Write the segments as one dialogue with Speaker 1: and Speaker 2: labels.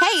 Speaker 1: Hey,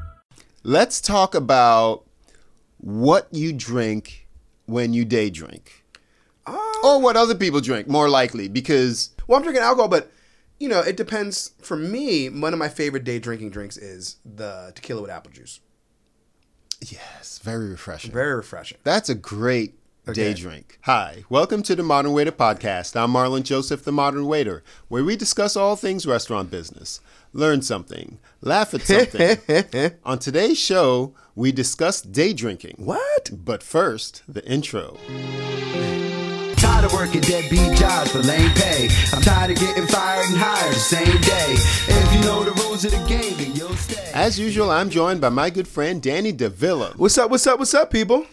Speaker 2: Let's talk about what you drink when you day drink, or what other people drink more likely. Because
Speaker 3: Well, I'm drinking alcohol, but you know, it depends. For me, one of my favorite day drinking drinks is the tequila with apple juice.
Speaker 2: yes, very refreshing.
Speaker 3: Very refreshing.
Speaker 2: That's a great day drink. Hi, welcome to the Modern Waiter Podcast. I'm Marlon Joseph, the Modern Waiter, where we discuss all things restaurant business, learn something, laugh at something. On today's show, we discuss day drinking.
Speaker 3: What?
Speaker 2: But first, the intro.
Speaker 4: Tired of working deadbeat jobs for lame pay. I'm tired of getting fired and hired the same day. If you know the rules of the game, then you'll stay.
Speaker 2: As usual, I'm joined by my good friend Danny DeVilla.
Speaker 3: What's up? What's up? What's up, people?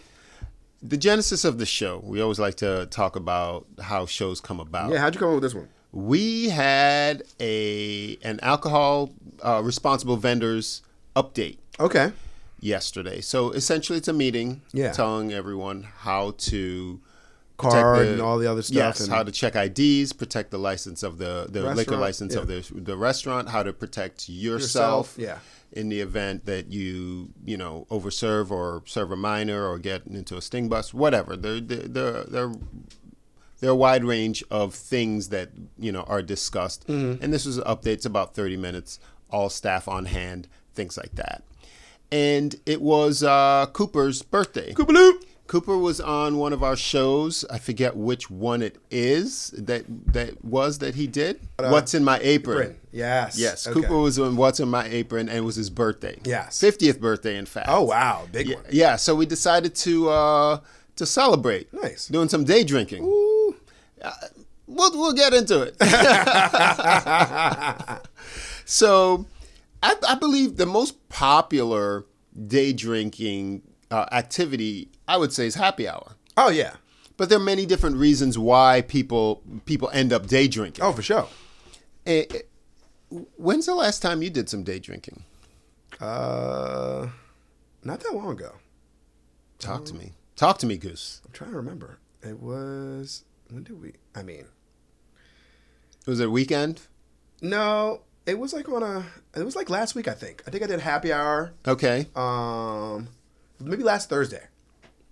Speaker 2: The genesis of the show, we always like to talk about how shows come about.
Speaker 3: Yeah, how'd you come up with this one?
Speaker 2: we had a an alcohol uh, responsible vendors update
Speaker 3: Okay.
Speaker 2: yesterday. So essentially, it's a meeting
Speaker 3: Yeah.
Speaker 2: telling everyone how to protect
Speaker 3: Card and all the other stuff.
Speaker 2: Yes,
Speaker 3: and
Speaker 2: how to check IDs, protect the license of the the liquor
Speaker 3: Restaurant,
Speaker 2: license of
Speaker 3: yeah.
Speaker 2: the the restaurant, how to protect yourself,
Speaker 3: Yourself, yeah.
Speaker 2: in the event that you you know overserve or serve a minor or get into a sting bus, whatever. There there there, there there are a wide range of things that you know are discussed,
Speaker 3: Mm-hmm.
Speaker 2: and this was updates about thirty minutes, all staff on hand, things like that. And it was uh, Cooper's birthday.
Speaker 3: Koopaloop.
Speaker 2: Cooper was on one of our shows. I forget which one it is that that was that he did. What's in my apron?
Speaker 3: Uh, Yes.
Speaker 2: Yes,
Speaker 3: Okay.
Speaker 2: Cooper was on What's in My Apron, and it was his birthday.
Speaker 3: Yes.
Speaker 2: fiftieth birthday, in fact.
Speaker 3: Oh wow, big
Speaker 2: Yeah,
Speaker 3: one.
Speaker 2: yeah, so we decided to uh, to celebrate.
Speaker 3: Nice.
Speaker 2: doing some day drinking. Uh, we'll we'll get into it. so, I, I believe the most popular day drinking uh, activity, I would say, is happy hour.
Speaker 3: Oh yeah.
Speaker 2: But there are many different reasons why people people end up day drinking.
Speaker 3: Oh for sure.
Speaker 2: Eh, eh, when's the last time you did some day drinking?
Speaker 3: Uh, not that long ago.
Speaker 2: Talk
Speaker 3: Mm.
Speaker 2: to me. Talk to me, Goose.
Speaker 3: I'm trying to remember. It was when did we? I mean,
Speaker 2: Was it a weekend?
Speaker 3: no. It was like on a. It was like last week. I think. I think I did happy hour.
Speaker 2: Okay.
Speaker 3: Um, maybe last Thursday.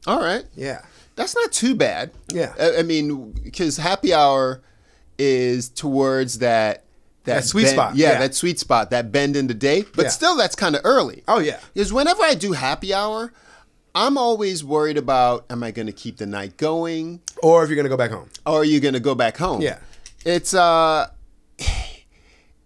Speaker 2: All right.
Speaker 3: Yeah.
Speaker 2: That's not too bad.
Speaker 3: Yeah.
Speaker 2: I, I mean, because happy hour is towards that
Speaker 3: That sweet
Speaker 2: bend-
Speaker 3: spot,
Speaker 2: Yeah,
Speaker 3: yeah.
Speaker 2: that sweet spot, that bend in the day. But
Speaker 3: Yeah.
Speaker 2: still, that's kind of early.
Speaker 3: Oh, yeah.
Speaker 2: Because whenever I do happy hour, I'm always worried about: Am I going to keep the night going?
Speaker 3: Or if you're gonna go back home.
Speaker 2: or are you going to go back home?
Speaker 3: Yeah.
Speaker 2: It's uh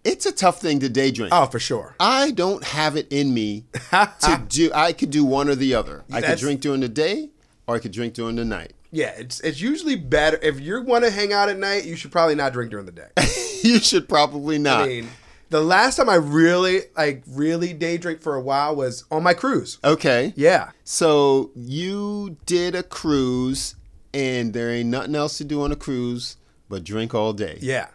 Speaker 2: it's a tough thing to day drink.
Speaker 3: Oh, for sure.
Speaker 2: I don't have it in me to do I could do one or the other. I could
Speaker 3: That's-
Speaker 2: drink during the day or I could drink during the night.
Speaker 3: Yeah, it's it's usually better if you want to hang out at night. You should probably not drink during the day.
Speaker 2: you should probably not.
Speaker 3: I mean, the last time I really like really day drink for a while was on my cruise.
Speaker 2: okay.
Speaker 3: Yeah.
Speaker 2: So you did a cruise and there ain't nothing else to do on a cruise but drink all day.
Speaker 3: Yeah.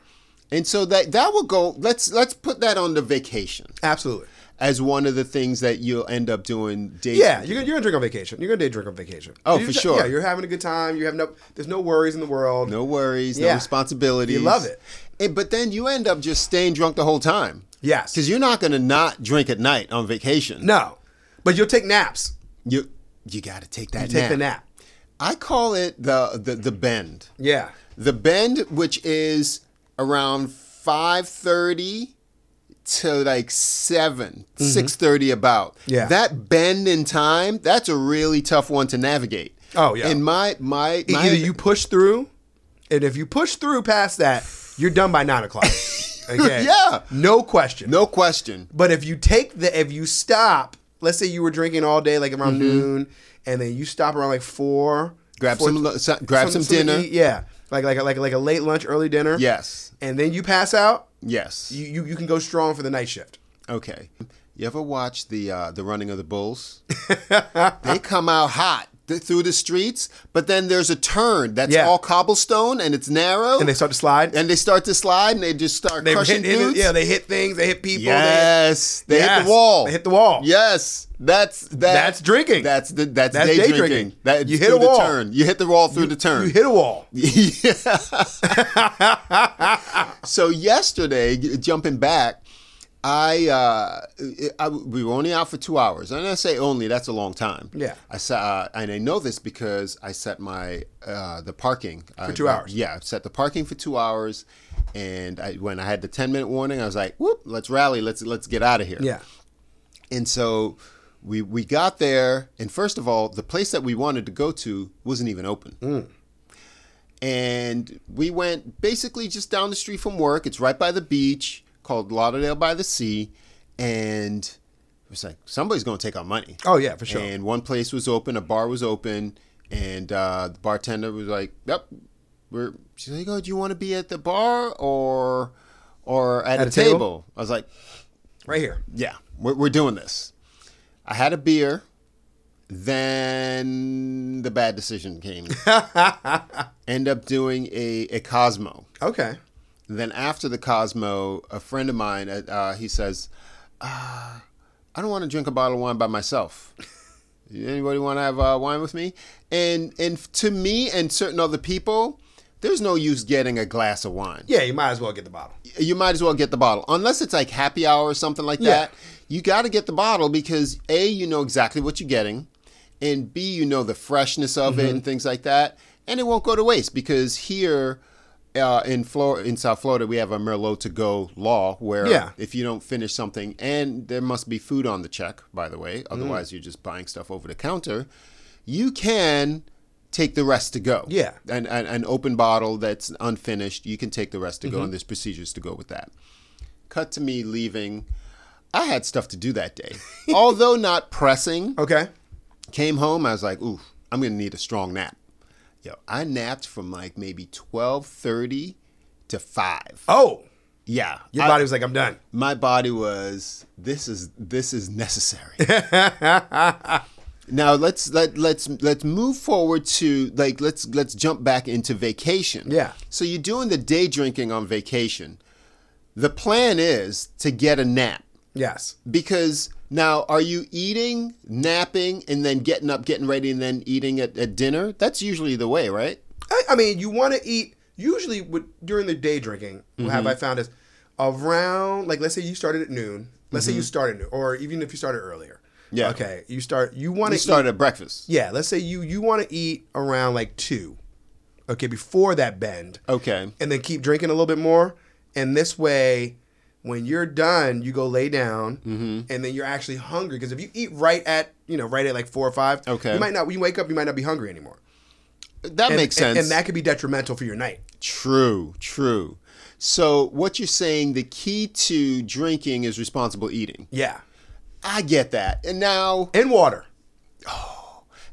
Speaker 2: And so that that will go let's let's put that on the vacation
Speaker 3: Absolutely.
Speaker 2: as one of the things that you'll end up doing day
Speaker 3: Yeah, you're gonna, you're gonna drink on vacation. You're gonna day drink on vacation.
Speaker 2: Oh,
Speaker 3: You're
Speaker 2: for
Speaker 3: just-
Speaker 2: sure.
Speaker 3: Yeah, you're having a good time. You have no, there's no worries in the world.
Speaker 2: No worries, no
Speaker 3: Yeah.
Speaker 2: responsibilities.
Speaker 3: You love it.
Speaker 2: And- but then you end up just staying drunk the whole time.
Speaker 3: Yes.
Speaker 2: Because you're not going to not drink at night on vacation.
Speaker 3: No, but you'll take naps.
Speaker 2: You you got to take that
Speaker 3: Take
Speaker 2: nap.
Speaker 3: the nap.
Speaker 2: I call it the, the the bend.
Speaker 3: Yeah.
Speaker 2: The bend, which is around 5.30 to like 7 6.30 about
Speaker 3: Mm-hmm. Yeah.
Speaker 2: that bend in time that's a really tough one to navigate
Speaker 3: Oh, yeah. E-,
Speaker 2: in my my, my
Speaker 3: Either you push through, and if you push through past that, you're done by nine o'clock. Okay.
Speaker 2: Yeah.
Speaker 3: No question.
Speaker 2: no question
Speaker 3: But if you take the if you stop, let's say you were drinking all day, like around noon, and then you stop around like four.
Speaker 2: Mm-hmm. grab
Speaker 3: four-
Speaker 2: some, lo- so- grab some,
Speaker 3: something to
Speaker 2: dinner
Speaker 3: eat, yeah, like like like like a late lunch, early dinner.
Speaker 2: yes
Speaker 3: And then you pass out.
Speaker 2: yes
Speaker 3: You, you you can go strong for the night shift.
Speaker 2: Okay. You ever watch the uh, the running of the bulls? they come out hot th- through the streets, but then there's a turn that's
Speaker 3: Yeah.
Speaker 2: all cobblestone and it's narrow,
Speaker 3: And they start to slide.
Speaker 2: and they start to slide and they just start
Speaker 3: they
Speaker 2: crushing
Speaker 3: hit, hit-
Speaker 2: dudes.
Speaker 3: yeah, they hit things. They hit people.
Speaker 2: yes, they hit
Speaker 3: Yes.
Speaker 2: the wall.
Speaker 3: They hit the wall.
Speaker 2: Yes, that's that,
Speaker 3: That's drinking.
Speaker 2: That's the that's,
Speaker 3: That's
Speaker 2: day,
Speaker 3: day
Speaker 2: drinking.
Speaker 3: drinking.
Speaker 2: That
Speaker 3: You hit
Speaker 2: through
Speaker 3: a wall.
Speaker 2: The turn. You hit the wall through the
Speaker 3: They,
Speaker 2: turn.
Speaker 3: you hit a wall.
Speaker 2: So yesterday, g- jumping back, I, uh, I we were only out for two hours, and I say only that's a long time.
Speaker 3: Yeah.
Speaker 2: I sa uh, and I know this because I set my uh, the parking for
Speaker 3: two hours.
Speaker 2: Yeah, I set the parking for two hours, and I, when I had the ten minute warning, I was like, "Whoop, let's rally, let's let's get out of here."
Speaker 3: Yeah.
Speaker 2: And so we we got there, and first of all, the place that we wanted to go to wasn't even open.
Speaker 3: Mm.
Speaker 2: And we went basically just down the street from work. It's right by the beach, called Lauderdale by the Sea, and it was like somebody's going to take our money.
Speaker 3: Oh, yeah, for sure.
Speaker 2: And one place was open, a bar was open, and uh, the bartender was like, "Yep, we're." She's like, "Oh, do you want to be at the bar or or at, a,
Speaker 3: a table?
Speaker 2: table?" I was like,
Speaker 3: Right here.
Speaker 2: yeah, we're, we're doing this. I had a beer, then the bad decision came. End up doing a, a Cosmo.
Speaker 3: Okay.
Speaker 2: Then after the Cosmo, a friend of mine, uh, uh, he says, uh, I don't want to drink a bottle of wine by myself. Anybody want to have uh, wine with me? And and to me and certain other people, there's no use getting a glass of wine
Speaker 3: Yeah, you might as well get the bottle.
Speaker 2: you might as well get the bottle unless it's like happy hour or something like that you got to get the bottle because a you know exactly what you're getting and b you know the freshness of it and things like that and it won't go to waste because here uh, in Florida, in South Florida, we have a Merlot to go law where
Speaker 3: Yeah.
Speaker 2: if you don't finish something, and there must be food on the check, by the way, otherwise you're just buying stuff over the counter. You can take the rest to go
Speaker 3: Yeah.
Speaker 2: an, an, an open bottle that's unfinished. You can take the rest
Speaker 3: Mm-hmm.
Speaker 2: to go, and there's procedures to go with that. Cut to me leaving. I had stuff to do that day. Although not pressing,
Speaker 3: Okay.
Speaker 2: came home. I was like, ooh, I'm going to need a strong nap. Yo, I napped from like maybe 12.30 to 5.
Speaker 3: Oh,
Speaker 2: Yeah.
Speaker 3: your
Speaker 2: I-
Speaker 3: body was like, I'm done.
Speaker 2: my body was this is this is necessary now let's let let's let's move forward to like let's let's jump back into vacation
Speaker 3: Yeah.
Speaker 2: so you're doing the day drinking on vacation the plan is to get a nap
Speaker 3: Yes.
Speaker 2: because now are you eating napping and then getting up getting ready and then eating at, at dinner that's usually the way right
Speaker 3: I, I mean, you want to eat usually with, during the day drinking. what Have I found is around like let's say you started at noon. Let's say you started at noon, or even if you started earlier.
Speaker 2: Yeah.
Speaker 3: Okay. You start. You want
Speaker 2: you
Speaker 3: to
Speaker 2: start at breakfast
Speaker 3: Yeah. Let's say you you want to eat around like two. Okay. Before that bend.
Speaker 2: okay
Speaker 3: And then keep drinking a little bit more, and this way. When you're done, you go lay down,
Speaker 2: Mm-hmm.
Speaker 3: and then you're actually hungry. Because if you eat right at, you know, right at like four or five,
Speaker 2: Okay.
Speaker 3: you might not. When you wake up, you might not be hungry anymore.
Speaker 2: that
Speaker 3: And-
Speaker 2: makes
Speaker 3: and-
Speaker 2: sense
Speaker 3: and that could be detrimental for your night.
Speaker 2: True, true. So what you're saying, the key to drinking is responsible eating.
Speaker 3: Yeah.
Speaker 2: I get that. And now
Speaker 3: And water.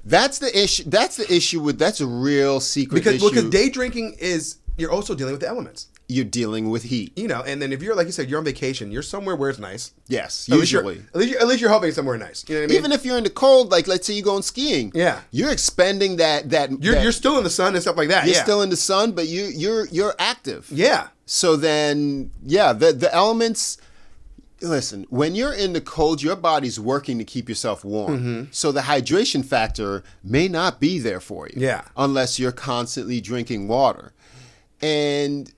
Speaker 2: that's the issue. That's the issue with that's a real secret
Speaker 3: Because
Speaker 2: issue.
Speaker 3: because day drinking is you're also dealing with the elements.
Speaker 2: you're dealing with heat.
Speaker 3: You know, and then if you're like you said, you're on vacation, you're somewhere where it's nice.
Speaker 2: Yes,
Speaker 3: At least you're-
Speaker 2: usually.
Speaker 3: At least you're, at least you're hoping somewhere nice. You know what Oh, I mean?
Speaker 2: Even if you're in the cold, like let's say you're going skiing,
Speaker 3: Yeah.
Speaker 2: you're expending that that
Speaker 3: you're,
Speaker 2: that-
Speaker 3: you're still in the sun and stuff like that.
Speaker 2: you're
Speaker 3: yeah.
Speaker 2: still in the sun, but you you're you're active.
Speaker 3: Yeah.
Speaker 2: So then, yeah, the the elements. Listen, when you're in the cold, your body's working to keep yourself warm. So the hydration factor may not be there for you.
Speaker 3: Yeah.
Speaker 2: Unless you're constantly drinking water. And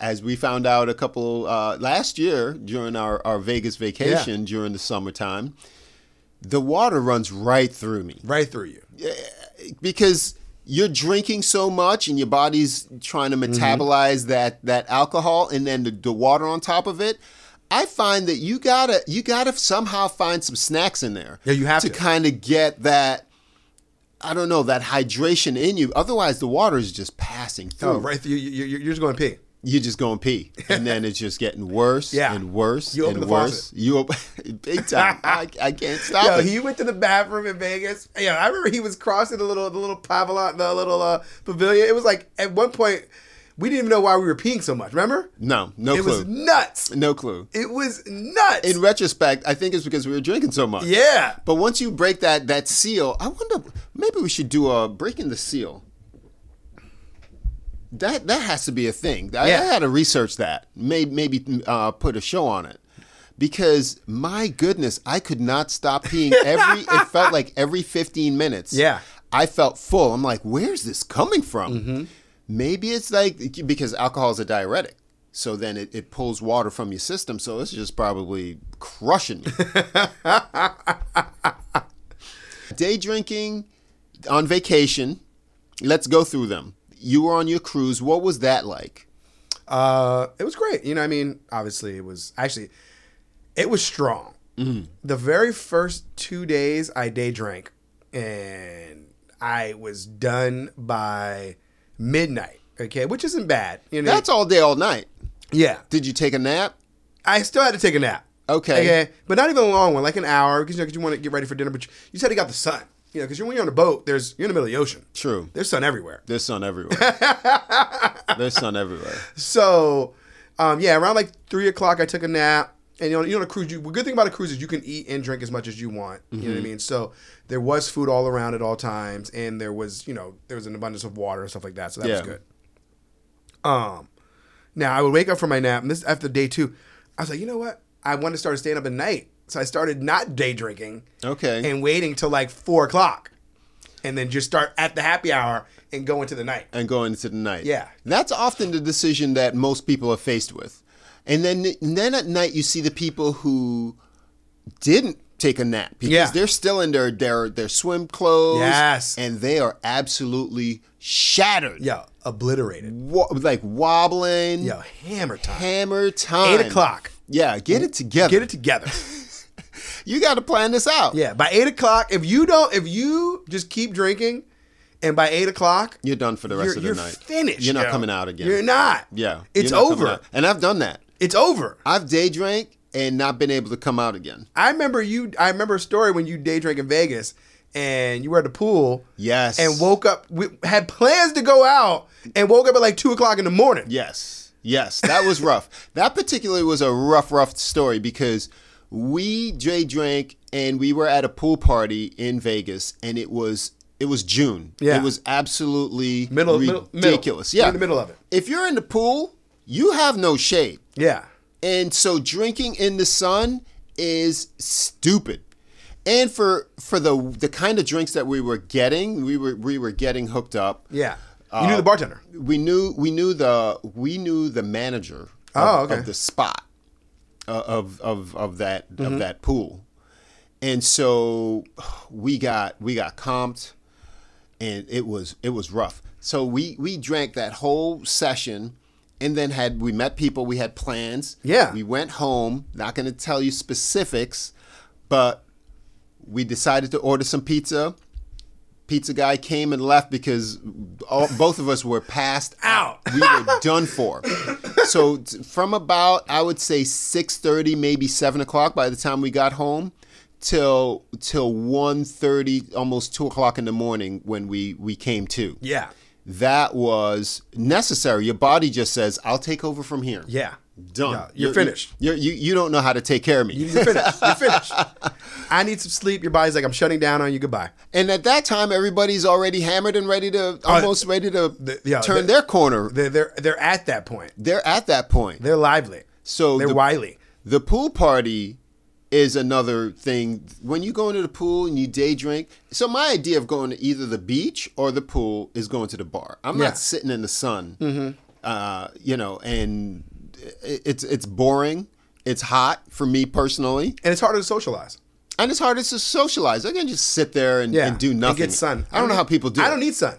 Speaker 2: as we found out a couple uh, last year during our, our Vegas vacation during the summertime, the water runs right through me
Speaker 3: Right through you.
Speaker 2: because you're drinking so much and your
Speaker 3: Mm-hmm.
Speaker 2: body's trying to metabolize that that alcohol and then the, the water on top of it I find that you gotta you gotta somehow find some snacks in there.
Speaker 3: Yeah, you have
Speaker 2: to
Speaker 3: to.
Speaker 2: kind of get that. I don't know that hydration in you. Otherwise, the water is just passing through.
Speaker 3: Oh, right. You, you, you- you're just going to pee.
Speaker 2: You're just going pee, and then it's just getting worse
Speaker 3: Yeah.
Speaker 2: and worse
Speaker 3: You open
Speaker 2: and
Speaker 3: the
Speaker 2: worse.
Speaker 3: faucet.
Speaker 2: You open big time. I, I can't stop
Speaker 3: Yo,
Speaker 2: it.
Speaker 3: he went to the bathroom in Vegas. Yeah, I remember he was crossing the little the little pavilion, the little uh, pavilion. It was like at one point we didn't even know why we were peeing so much. Remember?
Speaker 2: no, no
Speaker 3: it
Speaker 2: clue.
Speaker 3: was nuts.
Speaker 2: no clue.
Speaker 3: It was nuts.
Speaker 2: In retrospect, I think it's because we were drinking so much.
Speaker 3: yeah.
Speaker 2: But once you break that that seal, I wonder maybe we should do a breaking the seal. That that has to be a thing. I,
Speaker 3: Yeah.
Speaker 2: I had to research that. Maybe maybe uh, put a show on it. Because my goodness, I could not stop peeing every it felt like every 15 minutes.
Speaker 3: Yeah.
Speaker 2: I felt full. I'm like, where's this coming from? Maybe it's like because alcohol is a diuretic. So then it, it pulls water from your system. So it's just probably crushing me. Day drinking on vacation. Let's go through them. You were on your cruise. What was that like?
Speaker 3: Uh, it was great. You know, I mean, obviously it was actually it was strong.
Speaker 2: Mm-hmm.
Speaker 3: The very first two days I day drank and I was done by midnight. Okay, which isn't bad. You know,
Speaker 2: That's all day, all night.
Speaker 3: yeah.
Speaker 2: Did you take a nap?
Speaker 3: I still had to take a nap.
Speaker 2: Okay.
Speaker 3: Okay. But not even a long one, like an hour, because you, know, 'cause you want to get ready for dinner. But you, you said you got the sun. You know, because when you're on a boat, there's you're in the middle of the ocean.
Speaker 2: True.
Speaker 3: There's sun everywhere.
Speaker 2: There's sun everywhere. There's sun everywhere.
Speaker 3: So, um, yeah, around like three o'clock, I took a nap. And you know, you know, on a cruise. You, the good thing about a cruise is you can eat and drink as much as you want. You
Speaker 2: Mm-hmm.
Speaker 3: know what I mean? So there was food all around at all times, and there was, you know, there was an abundance of water and stuff like that. So that was
Speaker 2: Yeah.
Speaker 3: good. Um, now I would wake up from my nap, and this after day two, I was like, you know what? I wanted to start staying up at night, so I started not day drinking.
Speaker 2: Okay.
Speaker 3: And waiting till like four o'clock, and then just start at the happy hour and go into the night.
Speaker 2: and go into the night.
Speaker 3: Yeah.
Speaker 2: That's often the decision that most people are faced with. And then and then at night you see the people who didn't take a nap because
Speaker 3: Yeah.
Speaker 2: they're still in their, their their swim clothes.
Speaker 3: Yes.
Speaker 2: And they are absolutely shattered.
Speaker 3: Yeah, obliterated.
Speaker 2: Wa- like wobbling.
Speaker 3: Yo, hammer time.
Speaker 2: Hammer time.
Speaker 3: Eight o'clock.
Speaker 2: Yeah, get it together.
Speaker 3: Get it together.
Speaker 2: you got to plan this out.
Speaker 3: yeah, by eight o'clock, if you don't, if you just keep drinking, and by eight o'clock,
Speaker 2: You're done for the rest
Speaker 3: You're-
Speaker 2: of the
Speaker 3: you're
Speaker 2: night.
Speaker 3: finished,
Speaker 2: You're not
Speaker 3: yo.
Speaker 2: coming out again.
Speaker 3: You're not.
Speaker 2: Yeah.
Speaker 3: It's
Speaker 2: you're not coming
Speaker 3: over.
Speaker 2: out. And I've done that.
Speaker 3: it's over.
Speaker 2: I've day drank and not been able to come out again.
Speaker 3: I remember you. I remember a story when you day drank in Vegas, and you were at the pool.
Speaker 2: Yes.
Speaker 3: And woke up. We had plans to go out, and woke up at like two o'clock in the morning.
Speaker 2: Yes. Yes. That was rough. that particularly was a rough, rough story because we Jay drank and we were at a pool party in Vegas and it was it was June.
Speaker 3: Yeah.
Speaker 2: It was absolutely
Speaker 3: Middle- middle- middle.
Speaker 2: ridiculous.
Speaker 3: We're
Speaker 2: Yeah.
Speaker 3: in the middle of it.
Speaker 2: If you're in the pool, you have no shade.
Speaker 3: Yeah.
Speaker 2: And so drinking in the sun is stupid. And for for the the kind of drinks that we were getting, we were we were getting hooked up
Speaker 3: Yeah. you
Speaker 2: Uh,
Speaker 3: knew the bartender.
Speaker 2: we knew we knew the we knew the manager of,
Speaker 3: Oh, okay.
Speaker 2: of the spot uh, of of of that
Speaker 3: Mm-hmm.
Speaker 2: of that pool, and so we got we got comped, and it was it was rough. So we we drank that whole session, and then had we met people, we had plans.
Speaker 3: Yeah.
Speaker 2: we went home. Not going to tell you specifics, but we decided to order some pizza. Pizza guy came and left because all, both of us were passed out. We were done for. So t- from about I would say six thirty, maybe seven o'clock by the time we got home, till till one thirty, almost two o'clock in the morning when we we came to.
Speaker 3: Yeah.
Speaker 2: That was necessary. Your body just says, "I'll take over from here."
Speaker 3: Yeah.
Speaker 2: done.
Speaker 3: Yeah, you're finished.
Speaker 2: You're, you you don't know how to take care of me.
Speaker 3: You're finished. You're finished. I need some sleep. Your body's like, I'm shutting down on you. Goodbye.
Speaker 2: And at that time, everybody's already hammered and ready to almost ready to
Speaker 3: yeah,
Speaker 2: turn
Speaker 3: the-
Speaker 2: their corner.
Speaker 3: They're they're they're at that point.
Speaker 2: They're at that point.
Speaker 3: They're lively.
Speaker 2: so
Speaker 3: they're
Speaker 2: the,
Speaker 3: wily.
Speaker 2: the pool party is another thing. When you go into the pool and you day drink, so my idea of going to either the beach or the pool is going to the bar. I'm
Speaker 3: Yeah. Mm-hmm.
Speaker 2: not sitting in the sun, uh, you know, and it, it's it's boring. It's hot for me personally,
Speaker 3: and it's harder to socialize.
Speaker 2: and it's harder to socialize. I can just sit there and, and do nothing.
Speaker 3: get sun.
Speaker 2: I don't know how people do.
Speaker 3: I
Speaker 2: it.
Speaker 3: don't need sun.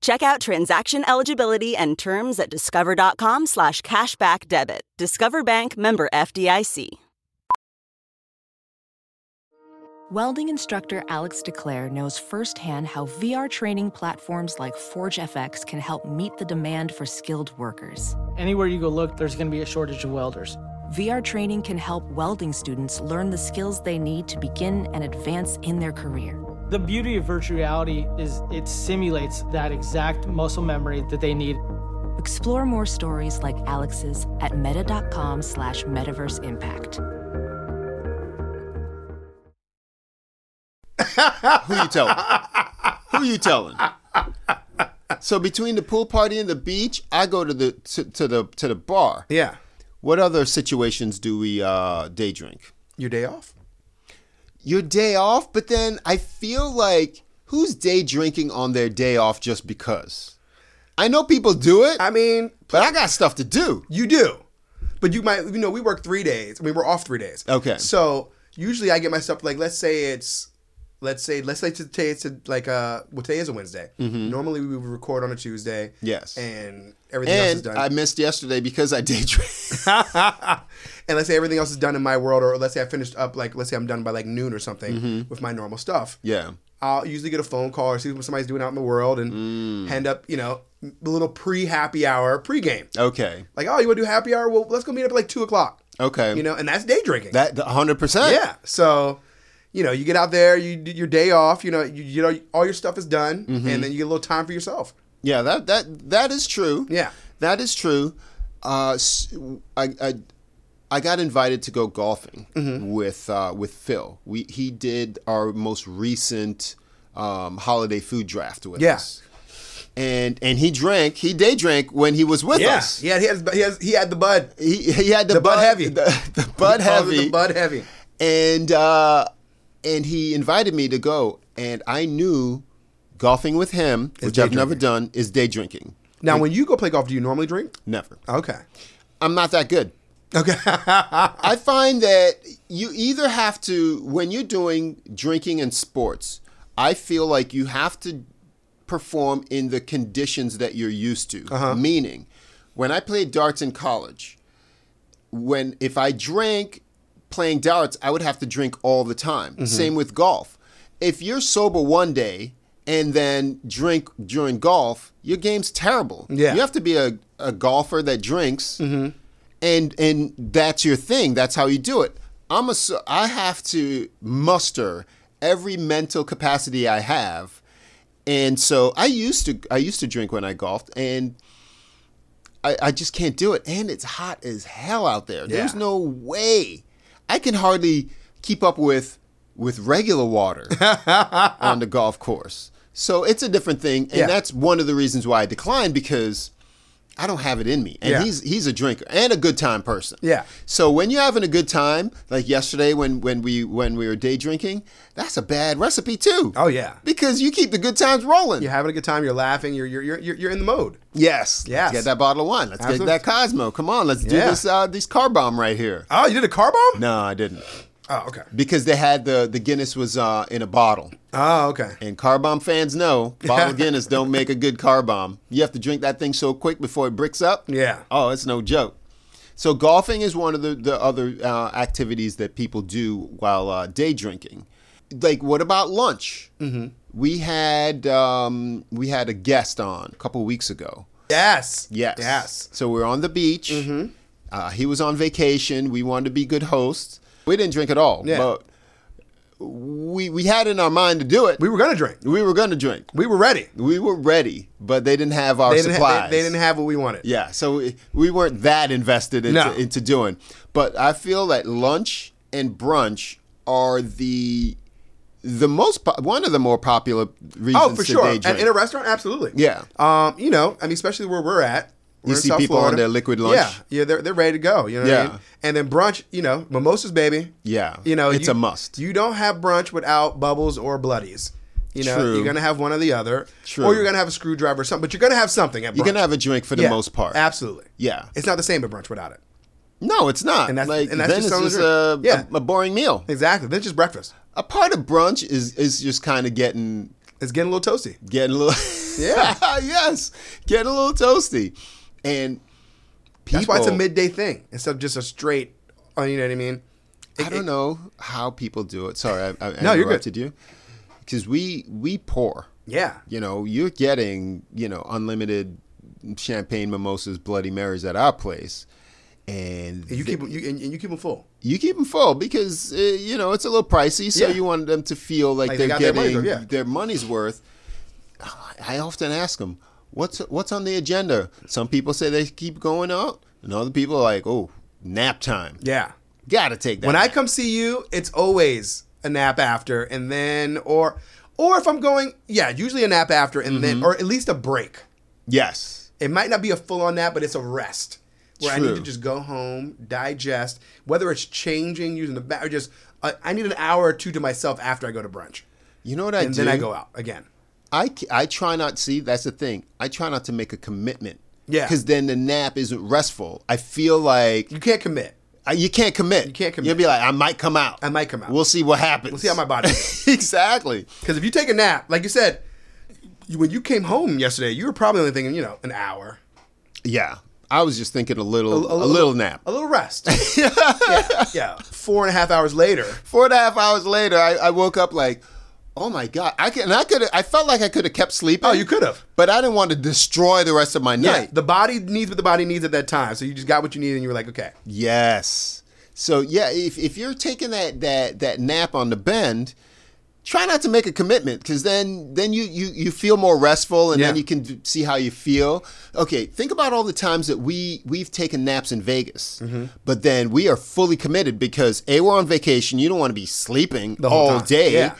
Speaker 5: Check out transaction eligibility and terms at discover.com slash cashback debit. Discover Bank member FDIC.
Speaker 6: Welding instructor Alex DeClaire knows firsthand how VR training platforms like ForgeFX can help meet the demand for skilled workers.
Speaker 7: Anywhere you go look, there's going to be a shortage of welders.
Speaker 6: VR training can help welding students learn the skills they need to begin and advance in their career.
Speaker 7: The beauty of virtual reality is it simulates that exact muscle memory that they need.
Speaker 6: Explore more stories like Alex's at meta.com slash metaverse impact.
Speaker 2: Who you telling? Who you telling? So between the pool party and the beach, I go to the to, to the to the bar.
Speaker 3: Yeah.
Speaker 2: What other situations do we uh, day drink?
Speaker 3: Your day off?
Speaker 2: Your day off, but then I feel like who's day drinking on their day off just because? I know people do it,
Speaker 3: I mean,
Speaker 2: but I got stuff to do.
Speaker 3: You do. But you might, you know, we work three days. I mean, we're off three days.
Speaker 2: Okay.
Speaker 3: So usually I get myself like, let's say it's, let's say, let's say today it's a, like, uh, well, today is a Wednesday. Normally we would record on a Tuesday.
Speaker 2: Mm-hmm. Yes.
Speaker 3: And everything else is
Speaker 2: And
Speaker 3: done.
Speaker 2: I missed yesterday because I day drank.
Speaker 3: and let's say everything else is done in my world, or let's say I finished up, like, let's say I'm done by like noon or something with my normal stuff.
Speaker 2: Mm-hmm. yeah.
Speaker 3: I'll usually get a phone call or see what somebody's doing out in the world
Speaker 2: Mm.
Speaker 3: and end up, you know, a little pre happy hour, pre game.
Speaker 2: Uh. Okay.
Speaker 3: Like, oh, you want to do happy hour? Well, let's go meet up at like two o'clock.
Speaker 2: Okay.
Speaker 3: You know, and that's day drinking.
Speaker 2: that 100%.
Speaker 3: yeah. So, you know, you get out there, you do your day off. You know, you, you know, all your stuff is done,
Speaker 2: Mm-hmm.
Speaker 3: and then you get a little time for yourself.
Speaker 2: Yeah, that that that is true.
Speaker 3: Yeah.
Speaker 2: that is true. Uh, s- I, I I got invited to go golfing
Speaker 3: Mm-hmm.
Speaker 2: with uh, with Phil. We he did our most recent um, holiday food draft with
Speaker 3: Yeah.
Speaker 2: us. And and he drank. He day drank when he was with us.
Speaker 3: Yeah. He has. He has. He had the bud.
Speaker 2: He, he had the,
Speaker 3: The Bud Heavy.
Speaker 2: The, the bud
Speaker 3: He calls it
Speaker 2: heavy.
Speaker 3: The bud heavy.
Speaker 2: and uh, and he invited me to go, and I knew golfing with him, which
Speaker 3: day
Speaker 2: I've never
Speaker 3: drinking.
Speaker 2: done, is day drinking.
Speaker 3: Now, when you go play golf, do you normally drink?
Speaker 2: Never.
Speaker 3: Okay.
Speaker 2: I'm not that good.
Speaker 3: Okay.
Speaker 2: I find that you either have to, when you're doing drinking and sports, I feel like you have to perform in the conditions that you're used to. Meaning, when I played darts in college, when if I drank playing darts, I would have to drink all the time. Same with golf. If you're sober one day and then drink during golf, your game's terrible.
Speaker 3: Yeah.
Speaker 2: You have to be a, a golfer that drinks and and that's your thing. That's how you do it. I'm a so- I have to muster every mental capacity I have. And so I used to I used to drink when I golfed and I, I just can't do it. And it's hot as hell out there. There's
Speaker 3: Yeah.
Speaker 2: no way. I can hardly keep up with with regular water on the golf course. So it's a different thing. And
Speaker 3: Yeah.
Speaker 2: that's one of the reasons why I declined because I don't have it in me. And
Speaker 3: Yeah.
Speaker 2: he's he's a drinker and a good time person.
Speaker 3: Yeah.
Speaker 2: So when you're having a good time, like yesterday when when we when we were day drinking, that's a bad recipe too.
Speaker 3: Oh, yeah.
Speaker 2: Because you keep the good times rolling.
Speaker 3: you're having a good time. You're laughing. You're you're you're you're you're in the mode.
Speaker 2: Yes. Let's
Speaker 3: Yes.
Speaker 2: get that bottle of wine. Let's
Speaker 3: Absolutely.
Speaker 2: get that Cosmo. Come on, let's do
Speaker 3: Yeah.
Speaker 2: this uh this car bomb right here.
Speaker 3: Oh, you did a car bomb?
Speaker 2: No, I didn't.
Speaker 3: Oh, okay.
Speaker 2: Because they had the the Guinness was uh in a bottle.
Speaker 3: Oh, okay.
Speaker 2: And car bomb fans know bottle Guinness don't make a good car bomb. You have to drink that thing so quick before it bricks up.
Speaker 3: Yeah.
Speaker 2: Oh, it's no joke. So golfing is one of the the other uh, activities that people do while uh, day drinking. Like, what about lunch? Mm-hmm. We had um, we had a guest on a couple weeks ago.
Speaker 3: Yes.
Speaker 2: Yes.
Speaker 3: Yes. Mm-hmm.
Speaker 2: So we were on the beach. Uh, he was on vacation. We wanted to be good hosts. We didn't drink at all,
Speaker 3: Yeah.
Speaker 2: but we we had in our mind to do it.
Speaker 3: We were gonna drink.
Speaker 2: We were going to drink.
Speaker 3: We were ready.
Speaker 2: We were ready, but they didn't have our
Speaker 3: They didn't,
Speaker 2: supplies.
Speaker 3: ha- they, they didn't have what we wanted.
Speaker 2: Yeah, so we- we weren't that invested into,
Speaker 3: No.
Speaker 2: into doing. But I feel that lunch and brunch are the the most po- one of the more popular reasons.
Speaker 3: Oh, for
Speaker 2: to
Speaker 3: sure.
Speaker 2: day
Speaker 3: And
Speaker 2: drink.
Speaker 3: in a restaurant, absolutely.
Speaker 2: Yeah.
Speaker 3: Um, you know, I mean, especially where we're at, We're in
Speaker 2: see
Speaker 3: South
Speaker 2: people on
Speaker 3: Florida.
Speaker 2: their liquid lunch.
Speaker 3: Yeah, yeah, they're, they're ready to go. You know what I
Speaker 2: Yeah.
Speaker 3: mean? And then brunch, you know, mimosas, baby.
Speaker 2: Yeah.
Speaker 3: You know,
Speaker 2: It's
Speaker 3: you-
Speaker 2: a must.
Speaker 3: You don't have brunch without bubbles or bloodies. You know,
Speaker 2: True.
Speaker 3: you're gonna have one or the other,
Speaker 2: True.
Speaker 3: or you're gonna have a screwdriver or something. But you're gonna have something at brunch.
Speaker 2: You're gonna have a drink for the
Speaker 3: Yeah,
Speaker 2: most part.
Speaker 3: Absolutely.
Speaker 2: Yeah.
Speaker 3: It's not the same at brunch without it.
Speaker 2: No, it's not.
Speaker 3: And that's-
Speaker 2: like
Speaker 3: and that's
Speaker 2: then
Speaker 3: just
Speaker 2: it's
Speaker 3: something
Speaker 2: just
Speaker 3: to
Speaker 2: a,
Speaker 3: drink. Yeah.
Speaker 2: a, a boring meal.
Speaker 3: Exactly. Then it's just breakfast.
Speaker 2: A part of brunch is is just kind of getting
Speaker 3: It's getting a little toasty.
Speaker 2: getting a little
Speaker 3: Yeah.
Speaker 2: yes getting a little toasty, and people,
Speaker 3: That's why it's a midday thing instead of just a straight. uh, You know what I mean?
Speaker 2: I don't know how people do it. Sorry, I, I, I
Speaker 3: No, you're good.
Speaker 2: interrupted you because we we pour.
Speaker 3: Yeah.
Speaker 2: You know, you're getting you know unlimited champagne, mimosas, Bloody Marys at our place, and
Speaker 3: And you keep 'em- you and, and you keep them full.
Speaker 2: you keep them full because uh, you know it's a little pricey, so
Speaker 3: Yeah.
Speaker 2: you want them to feel like,
Speaker 3: Like they
Speaker 2: they're
Speaker 3: got their
Speaker 2: getting
Speaker 3: money's
Speaker 2: their,
Speaker 3: worth, yeah.
Speaker 2: money's worth. I often ask them, "What's what's on the agenda?" Some people say they keep going out, and other people are like, "Oh, nap time.
Speaker 3: Yeah.
Speaker 2: Gotta take that."
Speaker 3: When I
Speaker 2: nap."
Speaker 3: come see you, it's always a nap after, and then or or if I'm going, yeah, usually a nap after, and
Speaker 2: Mm-hmm.
Speaker 3: then or at least a break.
Speaker 2: yes,
Speaker 3: It might not be a full on nap, but it's a rest where I need
Speaker 2: True.
Speaker 3: to just go home, digest. Whether it's changing, using the bath, or just uh, I need an hour or two to myself after I go to brunch,
Speaker 2: you know what I
Speaker 3: and
Speaker 2: do?
Speaker 3: then I go out again.
Speaker 2: I, c- I try not see that's the thing i try not to make a commitment
Speaker 3: Yeah.
Speaker 2: because then the nap isn't restful i feel like
Speaker 3: You can't commit.
Speaker 2: I, you can't commit you
Speaker 3: can't commit.
Speaker 2: you'll be like i might come out
Speaker 3: I might come out.
Speaker 2: we'll see what happens
Speaker 3: We'll see how my body is.
Speaker 2: exactly
Speaker 3: Because if you take a nap, like you said, you, when you came home yesterday, you were probably only thinking, you know, an hour,
Speaker 2: yeah i was just thinking a little a,
Speaker 3: a-
Speaker 2: little nap
Speaker 3: a little rest. yeah, yeah. Four and a half hours later,
Speaker 2: four and a half hours later i, I woke up like oh my god i can and i could i felt like i could have kept sleeping
Speaker 3: Oh, you could've.
Speaker 2: but i didn't want to destroy the rest of my night
Speaker 3: yeah, the body needs what the body needs at that time. So you just got what you needed, and you were like, okay,
Speaker 2: Yes. So yeah, if, if you're taking that that that nap on the bend, try not to make a commitment because then then you you you feel more restful and then
Speaker 3: Yeah.
Speaker 2: you can d- see how you feel. Okay, think about all the times that we we've taken naps in Vegas,
Speaker 3: Mm-hmm.
Speaker 2: but then we are fully committed because a we're on vacation. You don't want to be sleeping
Speaker 3: whole
Speaker 2: all
Speaker 3: time.
Speaker 2: day,
Speaker 3: Yeah.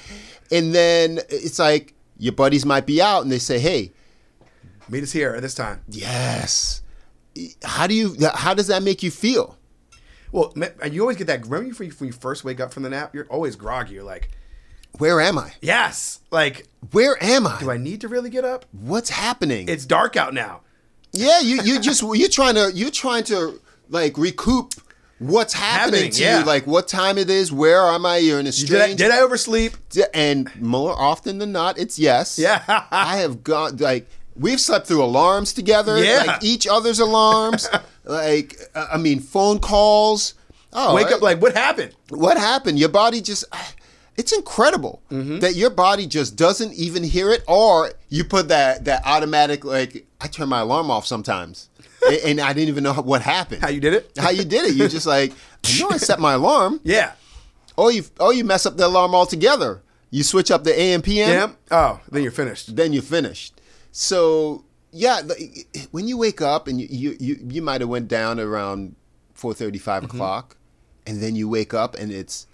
Speaker 2: and then it's like your buddies might be out and they say, hey.
Speaker 3: meet us here at this time.
Speaker 2: Yes. e, How do you? How does that make you feel?
Speaker 3: Well, ma- and you always get that. Remember when you, when you first wake up from the nap, you're always groggy. You're like,
Speaker 2: Where am I?
Speaker 3: yes, like,
Speaker 2: Where am I?
Speaker 3: do I need to really get up?
Speaker 2: what's happening?
Speaker 3: It's dark out now.
Speaker 2: yeah, you you just you're trying to you're trying to like recoup what's happening,
Speaker 3: Happening,
Speaker 2: to
Speaker 3: yeah.
Speaker 2: you, like what time it is, where am I? You're in a
Speaker 3: Did I,
Speaker 2: strange.
Speaker 3: did I oversleep?
Speaker 2: D- and more often than not, it's yes.
Speaker 3: Yeah.
Speaker 2: I have gone like we've slept through alarms together.
Speaker 3: Yeah.
Speaker 2: like each other's alarms. like uh, I mean, phone calls. Oh,
Speaker 3: Wake
Speaker 2: I-
Speaker 3: up like, what happened?
Speaker 2: what happened? Your body just. It's incredible
Speaker 3: Mm-hmm.
Speaker 2: that your body just doesn't even hear it, or you put that that automatic like I turn my alarm off sometimes, and, and I didn't even know what happened.
Speaker 3: How you did it?
Speaker 2: How you did it? You're just like I know I set my alarm.
Speaker 3: Yeah.
Speaker 2: Oh, you oh you mess up the alarm altogether. You switch up the AM PM.
Speaker 3: Damn. Oh, then you're finished.
Speaker 2: Then you're finished. So yeah, the- when you wake up and you you you, you might have went down around four o'clock, and then you wake up and it's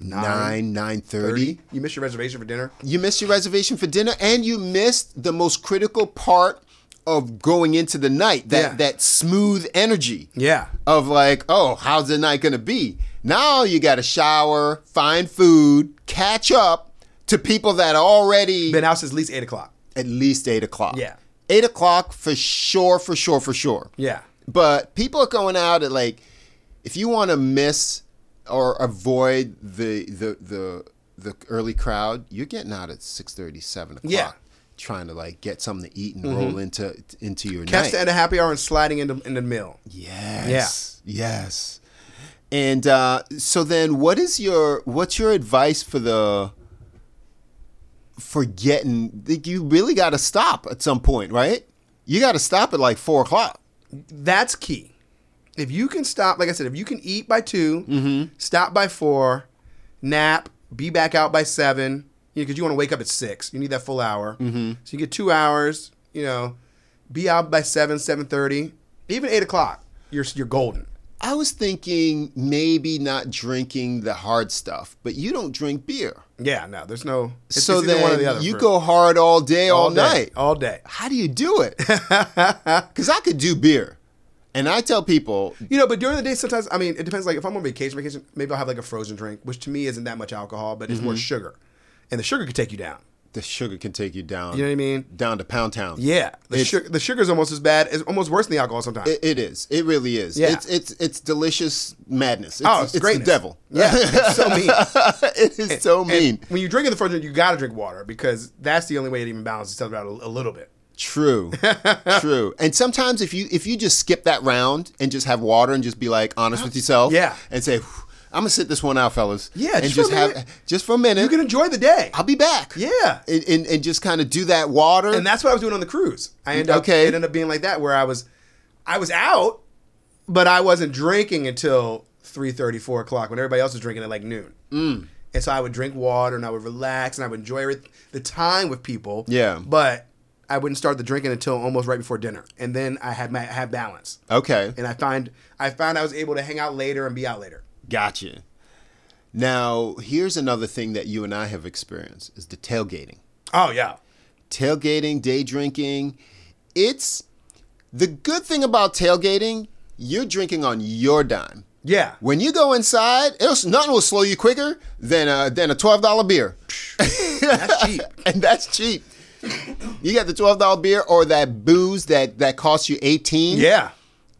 Speaker 2: nine nine thirty.
Speaker 3: You missed your reservation for dinner.
Speaker 2: You missed your reservation for dinner, and you missed the most critical part of going into the night that
Speaker 3: Yeah.
Speaker 2: that smooth energy.
Speaker 3: Yeah.
Speaker 2: Of like, oh, how's the night gonna be? Now you got to shower, find food, catch up to people that already
Speaker 3: Been out since at least eight o'clock.
Speaker 2: at least eight o'clock.
Speaker 3: Yeah.
Speaker 2: Eight o'clock for sure, for sure, for sure.
Speaker 3: Yeah.
Speaker 2: But people are going out at like if you want to miss or avoid the the the the early crowd, you're getting out at six thirty, seven o'clock.
Speaker 3: Yeah. Mm-hmm.
Speaker 2: Trying to like get something to eat and roll into into your
Speaker 3: Catch
Speaker 2: night.
Speaker 3: the end of happy hour and sliding into in the meal.
Speaker 2: Yes. Yes. And uh, so then what is your what's your advice for the for getting like, you really gotta stop at some point, right? You gotta stop at like four o'clock.
Speaker 3: That's key. If you can stop, like I said, if you can eat by 2
Speaker 2: Mm-hmm.
Speaker 3: stop by four, nap, be back out by seven, because you, know, 'cause you want to wake up at six. You need that full hour. Mm-hmm. So you get two hours. You know, be out by seven, seven thirty, even eight o'clock. You're you're golden.
Speaker 2: I was thinking maybe not drinking the hard stuff, but you don't drink beer.
Speaker 3: Yeah, no, there's no. It's,
Speaker 2: so
Speaker 3: it's either
Speaker 2: then
Speaker 3: one or the other
Speaker 2: you
Speaker 3: for-
Speaker 2: go hard all day, all,
Speaker 3: day,
Speaker 2: night.
Speaker 3: all day.
Speaker 2: How do you do it? Because I could do beer. And I tell people,
Speaker 3: You know, but during the day, sometimes I mean, it depends. Like if I'm on vacation, vacation, maybe I'll have like a frozen drink, which to me isn't that much alcohol, but it's
Speaker 2: Mm-hmm.
Speaker 3: more sugar, and the sugar could take you down.
Speaker 2: the sugar can take you down.
Speaker 3: You know what I mean?
Speaker 2: Down to pound town.
Speaker 3: Yeah, the
Speaker 2: It's-
Speaker 3: sugar, the sugar's almost as bad, it's almost worse than the alcohol sometimes.
Speaker 2: It, it is. It really is.
Speaker 3: Yeah.
Speaker 2: It's it's it's delicious madness. It's,
Speaker 3: oh,
Speaker 2: it's
Speaker 3: it's,
Speaker 2: the
Speaker 3: greatness.
Speaker 2: devil.
Speaker 3: Yeah, it's so mean.
Speaker 2: it is so mean.
Speaker 3: And when you drink in the frozen, drink, you gotta drink water because that's the only way it even balances itself out a, a little bit.
Speaker 2: True. True. And sometimes if you if you just skip that round and just have water and just be like honest with yourself.
Speaker 3: Yeah.
Speaker 2: And say, I'm gonna sit this one out, fellas.
Speaker 3: Yeah,
Speaker 2: And
Speaker 3: just for
Speaker 2: just
Speaker 3: a
Speaker 2: have
Speaker 3: minute.
Speaker 2: just for a minute.
Speaker 3: You can enjoy the day.
Speaker 2: I'll be back.
Speaker 3: Yeah.
Speaker 2: And and, and just kind of do that water.
Speaker 3: and that's what I was doing on the cruise. I ended up
Speaker 2: Uh-huh. Okay.
Speaker 3: it ended up being like that where I was I was out, but I wasn't drinking until 3:30, 4 o'clock when everybody else was drinking at like noon. Mm. And so I would drink water and I would relax and I would enjoy everyth- the time with people.
Speaker 2: Yeah.
Speaker 3: But I wouldn't start the drinking until almost right before dinner, and then I had my I had balance.
Speaker 2: okay.
Speaker 3: And I find I found I was able to hang out later and be out later.
Speaker 2: Gotcha. Now here's another thing that you and I have experienced is the tailgating.
Speaker 3: Oh yeah,
Speaker 2: tailgating, day drinking. It's the good thing about tailgating, you're drinking on your dime.
Speaker 3: yeah.
Speaker 2: When you go inside, it'll, nothing will slow you quicker than a, than a twelve dollar beer,
Speaker 3: That's cheap.
Speaker 2: and that's cheap. You got the twelve dollar beer or that booze that that costs you eighteen.
Speaker 3: yeah,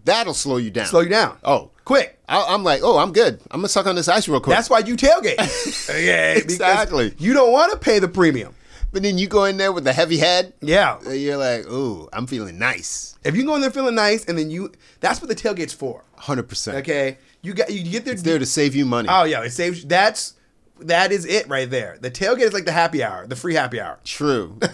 Speaker 2: that'll slow you down.
Speaker 3: slow you down.
Speaker 2: Oh,
Speaker 3: quick.
Speaker 2: I, I'm like, oh, I'm good. I'm gonna suck on this ice real quick.
Speaker 3: That's why you tailgate. yeah, because
Speaker 2: Exactly.
Speaker 3: You don't want to pay the premium.
Speaker 2: but then you go in there with a heavy head.
Speaker 3: Yeah.
Speaker 2: and You're like, ooh, I'm feeling nice.
Speaker 3: If you go in there feeling nice, and then you—that's what the tailgate's for.
Speaker 2: Hundred percent.
Speaker 3: Okay. You got you get there.
Speaker 2: It's there to save you money.
Speaker 3: oh yeah, it saves. That's that is it right there. The tailgate is like the happy hour, the free happy hour.
Speaker 2: True. True.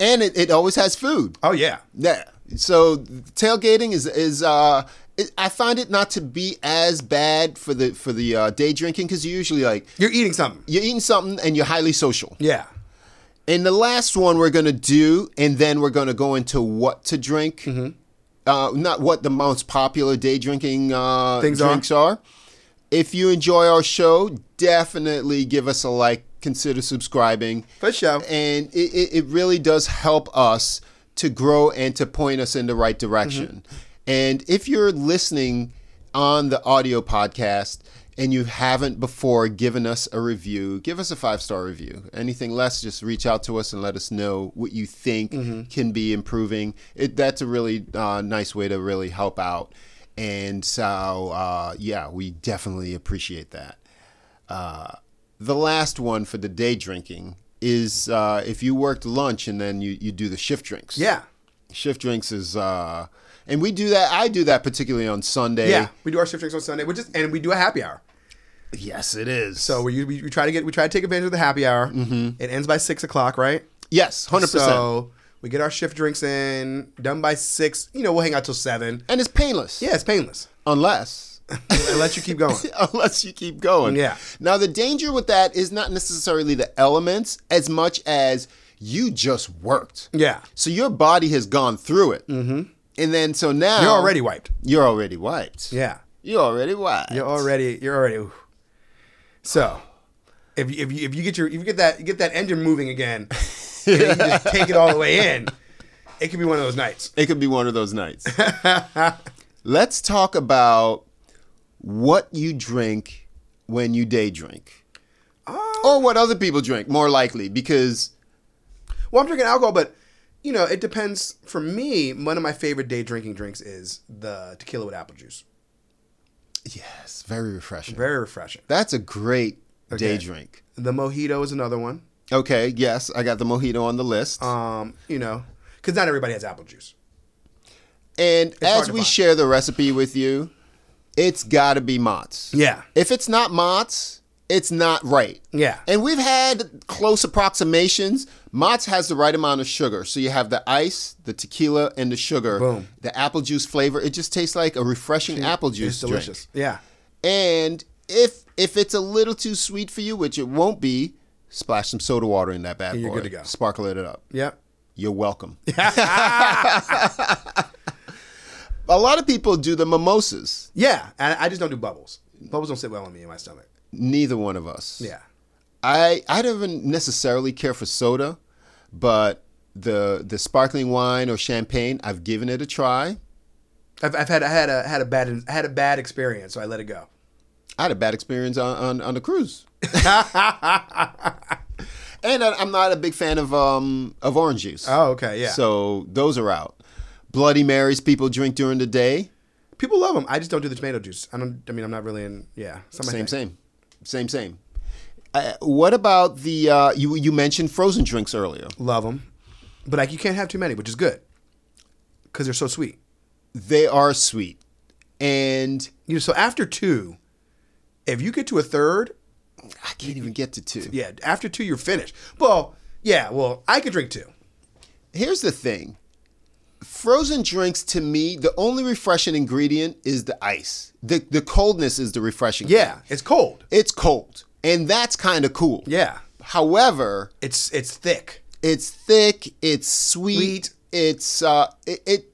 Speaker 2: and it, it always has food.
Speaker 3: Oh yeah.
Speaker 2: Yeah. So tailgating is is uh it, I find it not to be as bad for the for the uh, day drinking because you're usually like
Speaker 3: You're eating something.
Speaker 2: you're eating something and you're highly social.
Speaker 3: Yeah.
Speaker 2: And the last one we're gonna do, and then we're gonna go into what to drink.
Speaker 3: Mm-hmm.
Speaker 2: Uh, not what the most popular day drinking uh,
Speaker 3: Things are.
Speaker 2: drinks are. If you enjoy our show, definitely give us a like. Consider subscribing
Speaker 3: For sure.
Speaker 2: and it, it, it really does help us to grow and to point us in the right direction. And if you're listening on the audio podcast and you haven't before given us a review, give us a five star review. Anything less, just reach out to us and let us know what you think can be improving. It, that's a really uh, nice way to really help out. And so, uh, yeah, we definitely appreciate that. Uh, The last one for the day drinking is uh, if you worked lunch and then you, you do the shift drinks.
Speaker 3: Yeah.
Speaker 2: Shift drinks is, uh, and we do that. I do that particularly on Sunday.
Speaker 3: Yeah. We do our shift drinks on Sunday, which is and we do a happy hour.
Speaker 2: Yes, it is.
Speaker 3: So we, we, we try to get we try to take advantage of the happy hour. Mm-hmm. It ends by six o'clock, right?
Speaker 2: yes, 100%.
Speaker 3: So we get our shift drinks in, done by six. You know, we'll hang out till seven.
Speaker 2: and it's painless.
Speaker 3: Yeah, it's painless.
Speaker 2: Unless.
Speaker 3: It lets you keep going.
Speaker 2: unless you keep going.
Speaker 3: Yeah.
Speaker 2: Now, the danger with that is not necessarily the elements as much as you just worked.
Speaker 3: Yeah.
Speaker 2: So your body has gone through it. Mm-hmm. And then, so now.
Speaker 3: You're already wiped.
Speaker 2: You're already wiped.
Speaker 3: Yeah.
Speaker 2: You're already wiped.
Speaker 3: You're already you're already ooh. So if you, if you if you get your if you get that you get that engine moving again, and you just take it all the way in, it could be one of those nights.
Speaker 2: It could be one of those nights. Let's talk about what you drink when you day drink. or what other people drink, more likely, because
Speaker 3: Well, I'm drinking alcohol, but you know, it depends. For me, one of my favorite day drinking drinks is the tequila with apple juice.
Speaker 2: yes, very refreshing.
Speaker 3: Very refreshing.
Speaker 2: That's a great day drink.
Speaker 3: The mojito is another one.
Speaker 2: Okay, yes, I got the mojito on the list.
Speaker 3: Um, you know, because not everybody has apple juice.
Speaker 2: and
Speaker 3: hard
Speaker 2: as
Speaker 3: to
Speaker 2: we
Speaker 3: find.
Speaker 2: share the recipe with you, it's got to be Mott's.
Speaker 3: Yeah.
Speaker 2: If it's not Mott's, it's not right.
Speaker 3: Yeah.
Speaker 2: And we've had close approximations. Mott's has the right amount of sugar. So you have the ice, the tequila, and the sugar.
Speaker 3: Boom.
Speaker 2: The apple juice flavor. It just tastes like a refreshing apple juice
Speaker 3: It's delicious.
Speaker 2: drink.
Speaker 3: Yeah.
Speaker 2: And if if it's a little too sweet for you, which it won't be, splash some soda water in that bad
Speaker 3: You're
Speaker 2: boy.
Speaker 3: good to go.
Speaker 2: Sparkle it up.
Speaker 3: Yep.
Speaker 2: You're welcome. a lot of people do the mimosas.
Speaker 3: Yeah, and I just don't do bubbles. Bubbles don't sit well on me in my stomach.
Speaker 2: Neither one of us.
Speaker 3: Yeah.
Speaker 2: I I don't even necessarily care for soda, but the the sparkling wine or champagne, I've given it a try.
Speaker 3: I've, I've had I had a had a bad I had a bad experience, so I let it go.
Speaker 2: I had a bad experience on on, on the cruise. and I, I'm not a big fan of um of orange juice.
Speaker 3: Oh, okay, yeah.
Speaker 2: So those are out. Bloody Marys people drink during the day.
Speaker 3: People love them. I just don't do the tomato juice. I don't. I mean, I'm not really in. Yeah, it's not my
Speaker 2: Same,
Speaker 3: thing.
Speaker 2: same, same, same. Uh, what about the uh, you? You mentioned frozen drinks earlier.
Speaker 3: Love them, but like you can't have too many, which is good because they're so sweet.
Speaker 2: They are sweet, and
Speaker 3: You know, so after two, if you get to a third,
Speaker 2: I can't even get to two.
Speaker 3: yeah, after two you're finished. Well, yeah, well I could drink two.
Speaker 2: Here's the thing: frozen drinks to me, the only refreshing ingredient is the ice. the The coldness is the refreshing.
Speaker 3: Yeah,
Speaker 2: thing.
Speaker 3: it's cold.
Speaker 2: it's cold, and that's kind of cool.
Speaker 3: Yeah,
Speaker 2: However,
Speaker 3: it's it's thick.
Speaker 2: it's thick, it's sweet,
Speaker 3: Sweet.
Speaker 2: it's uh, it, it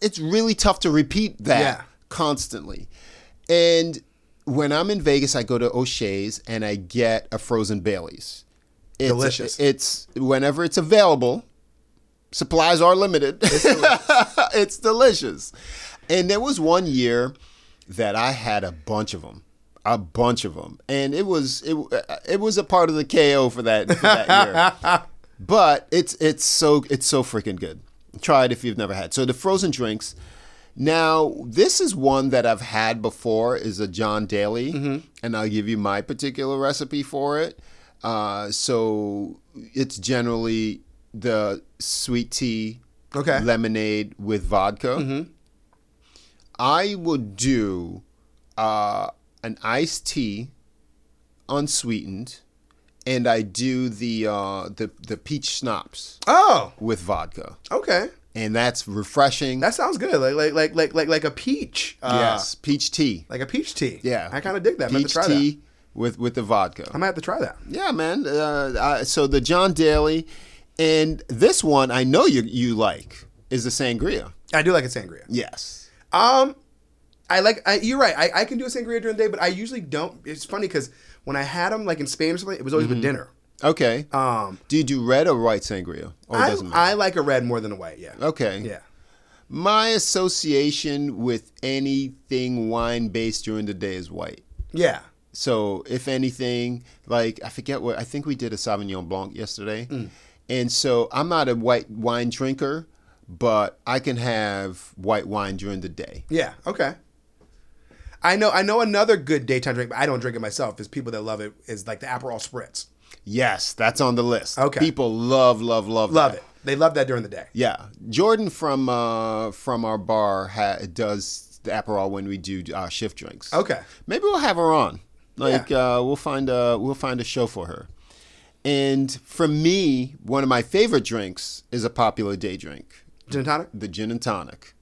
Speaker 2: it's really tough to repeat that
Speaker 3: Yeah.
Speaker 2: constantly. And when I'm in Vegas, I go to O'Shea's and I get a frozen Bailey's. It's,
Speaker 3: Delicious.
Speaker 2: It's whenever it's available. Supplies are limited. it's delicious. And there was one year that I had a bunch of them, a bunch of them, and it was it it was a part of the KO for that, for that year. But it's it's so it's so freaking good. Try it if you've never had. So the frozen drinks. Now this is one that I've had before. Is a John Daly, and I'll give you my particular recipe for it. Uh, so it's generally the sweet tea,
Speaker 3: Okay.
Speaker 2: lemonade with vodka. I would do uh, an iced tea, unsweetened, and I do the uh, the the peach schnapps
Speaker 3: Oh,
Speaker 2: with vodka,
Speaker 3: okay,
Speaker 2: and that's refreshing.
Speaker 3: that sounds good. Like like like like like like a peach. Uh,
Speaker 2: yes, peach tea.
Speaker 3: like a peach tea.
Speaker 2: Yeah,
Speaker 3: I kind of dig that. I'm gonna have
Speaker 2: Peach
Speaker 3: to try
Speaker 2: tea
Speaker 3: that.
Speaker 2: with with the vodka.
Speaker 3: I might have to try that.
Speaker 2: yeah, man. Uh, I, so the John Daly, and this one I know you you like is the sangria.
Speaker 3: I do like a sangria.
Speaker 2: Yes.
Speaker 3: Um, I like. I, you're right. I, I can do a sangria during the day, but I usually don't. It's funny because when I had them, like in Spain or something, it was always with
Speaker 2: Mm-hmm.
Speaker 3: dinner.
Speaker 2: Okay.
Speaker 3: Um,
Speaker 2: do you do red or white sangria? Or Oh, it
Speaker 3: I,
Speaker 2: doesn't matter?
Speaker 3: I like a red more than a white. Yeah.
Speaker 2: Okay.
Speaker 3: Yeah.
Speaker 2: My association with anything wine based during the day is white.
Speaker 3: Yeah.
Speaker 2: So if anything, like I forget what I think we did a Sauvignon Blanc yesterday,
Speaker 3: Mm.
Speaker 2: and so I'm not a white wine drinker, but I can have white wine during the day.
Speaker 3: Yeah. Okay. I know. I know another good daytime drink, but I don't drink it myself. Is people that love it is like the Aperol Spritz.
Speaker 2: Yes, that's on the list.
Speaker 3: Okay.
Speaker 2: people love, love, love,
Speaker 3: Love
Speaker 2: that.
Speaker 3: it. They love that during the day.
Speaker 2: Yeah, Jordan from uh, from our bar ha- does the Aperol when we do uh, shift drinks.
Speaker 3: Okay.
Speaker 2: maybe we'll have her on. Like uh, we'll find a we'll find a show for her. And for me, one of my favorite drinks is a popular day drink,
Speaker 3: Gin and tonic.
Speaker 2: the gin and tonic.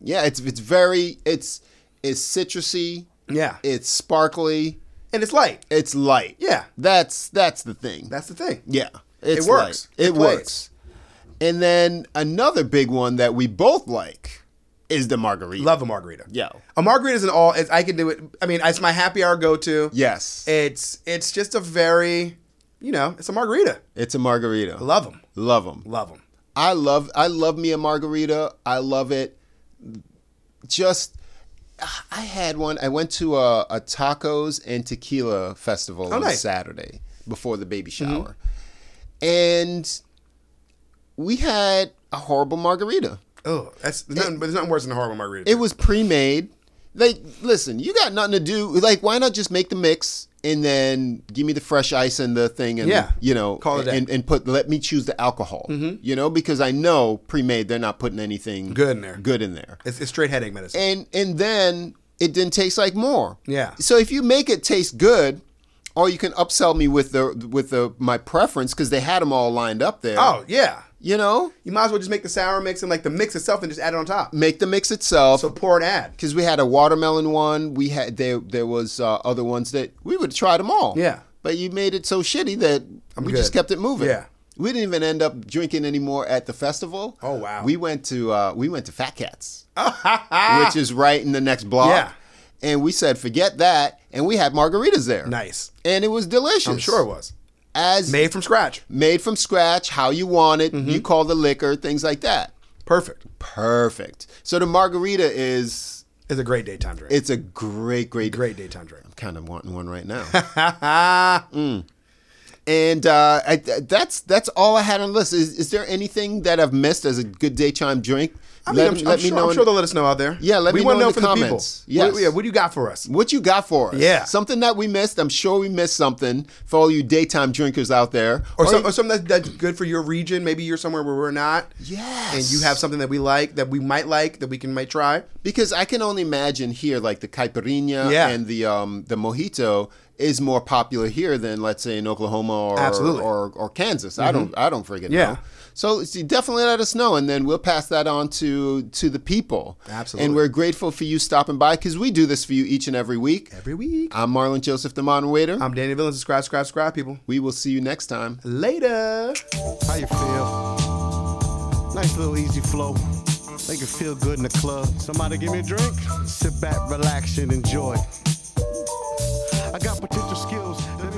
Speaker 2: Yeah, it's it's very it's it's citrusy.
Speaker 3: Yeah.
Speaker 2: it's sparkly.
Speaker 3: And it's light.
Speaker 2: It's light.
Speaker 3: Yeah.
Speaker 2: that's that's the thing.
Speaker 3: That's the thing.
Speaker 2: Yeah, it's
Speaker 3: It works.
Speaker 2: like-
Speaker 3: It
Speaker 2: it
Speaker 3: plays.
Speaker 2: works. And then another big one that we both like is the margarita.
Speaker 3: Love a margarita.
Speaker 2: Yeah.
Speaker 3: A margarita is an all. It's, I can do it. I mean, it's my happy hour go to.
Speaker 2: Yes,
Speaker 3: It's it's just a very, you know, it's a margarita.
Speaker 2: it's a margarita.
Speaker 3: Love them.
Speaker 2: love them.
Speaker 3: Love them.
Speaker 2: I love I love me a margarita. I love it. Just I had one. I went to a, a tacos and tequila festival on
Speaker 3: nice.
Speaker 2: Saturday before the baby shower, and we had a horrible margarita.
Speaker 3: Oh, that's there's nothing, but there's nothing worse than a horrible margarita.
Speaker 2: It was pre-made. Like, listen, you got nothing to do. Like, why not just make the mix and then give me the fresh ice and the thing, and
Speaker 3: Yeah.
Speaker 2: you know,
Speaker 3: Call it a
Speaker 2: and,
Speaker 3: day. Mm-hmm.
Speaker 2: and put. Let me choose the alcohol. You know, because I know pre-made they're not putting anything
Speaker 3: Good in there.
Speaker 2: Good in there.
Speaker 3: It's, it's straight headache medicine.
Speaker 2: And and then it didn't taste like more.
Speaker 3: Yeah.
Speaker 2: So if you make it taste good, or you can upsell me with the with the my preference because they had them all lined up there.
Speaker 3: oh yeah,
Speaker 2: you know,
Speaker 3: you might as well just make the sour mix and like the mix itself and just add it on top.
Speaker 2: make the mix itself.
Speaker 3: So pour and add.
Speaker 2: because we had a watermelon one. We had there there was uh, other ones that we would try them all.
Speaker 3: Yeah.
Speaker 2: but you made it so shitty that we
Speaker 3: good.
Speaker 2: just kept it moving.
Speaker 3: Yeah.
Speaker 2: We didn't even end up drinking anymore at the festival.
Speaker 3: Oh, wow.
Speaker 2: We went to uh, we went to Fat Cats, which is right in the next block.
Speaker 3: Yeah.
Speaker 2: And we said, forget that, and we had margaritas there.
Speaker 3: Nice.
Speaker 2: And it was delicious.
Speaker 3: I'm sure it was.
Speaker 2: As made,
Speaker 3: Made Mm-hmm. from scratch.
Speaker 2: from scratch, how you want it, you call the liquor, things like that.
Speaker 3: Perfect.
Speaker 2: Perfect. So the margarita is
Speaker 3: It's a great daytime drink.
Speaker 2: it's a great, great,
Speaker 3: great daytime drink. Ah,
Speaker 2: kind of wanting one right now. Mm. And uh, I, th- that's that's all I had on the list. Is, is there anything that I've missed as a good daytime drink?
Speaker 3: I mean, I'm, I'm sure, I'm
Speaker 2: in-
Speaker 3: sure they'll let us know out there.
Speaker 2: Yeah, let
Speaker 3: we
Speaker 2: me
Speaker 3: wanna
Speaker 2: know in
Speaker 3: from
Speaker 2: the
Speaker 3: people.
Speaker 2: comments.
Speaker 3: What-
Speaker 2: Yes.
Speaker 3: yeah, what do you got for us?
Speaker 2: what you got for us.
Speaker 3: Yeah.
Speaker 2: something that we missed. I'm sure we missed something for all you daytime drinkers out there.
Speaker 3: or, some, or something that, that's good for your region. Maybe you're somewhere where we're not.
Speaker 2: Yes.
Speaker 3: And you have something that we like, that we might like, that we can might try.
Speaker 2: because I can only imagine here, like the caipirinha
Speaker 3: Yeah.
Speaker 2: and the um, the mojito is more popular here than let's say in Oklahoma or
Speaker 3: Absolutely. Mm-hmm.
Speaker 2: or, or Kansas. I don't I don't friggin'
Speaker 3: Yeah.
Speaker 2: know. So it's- you definitely let us know, and then we'll pass that on to to the people.
Speaker 3: Absolutely.
Speaker 2: And we're grateful for you stopping by because we do this for you each and every week.
Speaker 3: Every week.
Speaker 2: I'm Marlon Joseph, the moderator.
Speaker 3: I'm Danny Villain. Subscribe, subscribe, subscribe, people.
Speaker 2: we will see you next time.
Speaker 3: Later.
Speaker 4: How you feel? Nice little easy flow. Make it feel good in the club. Somebody give me a drink. Sit back, relax, and enjoy. I got potential skills. Let me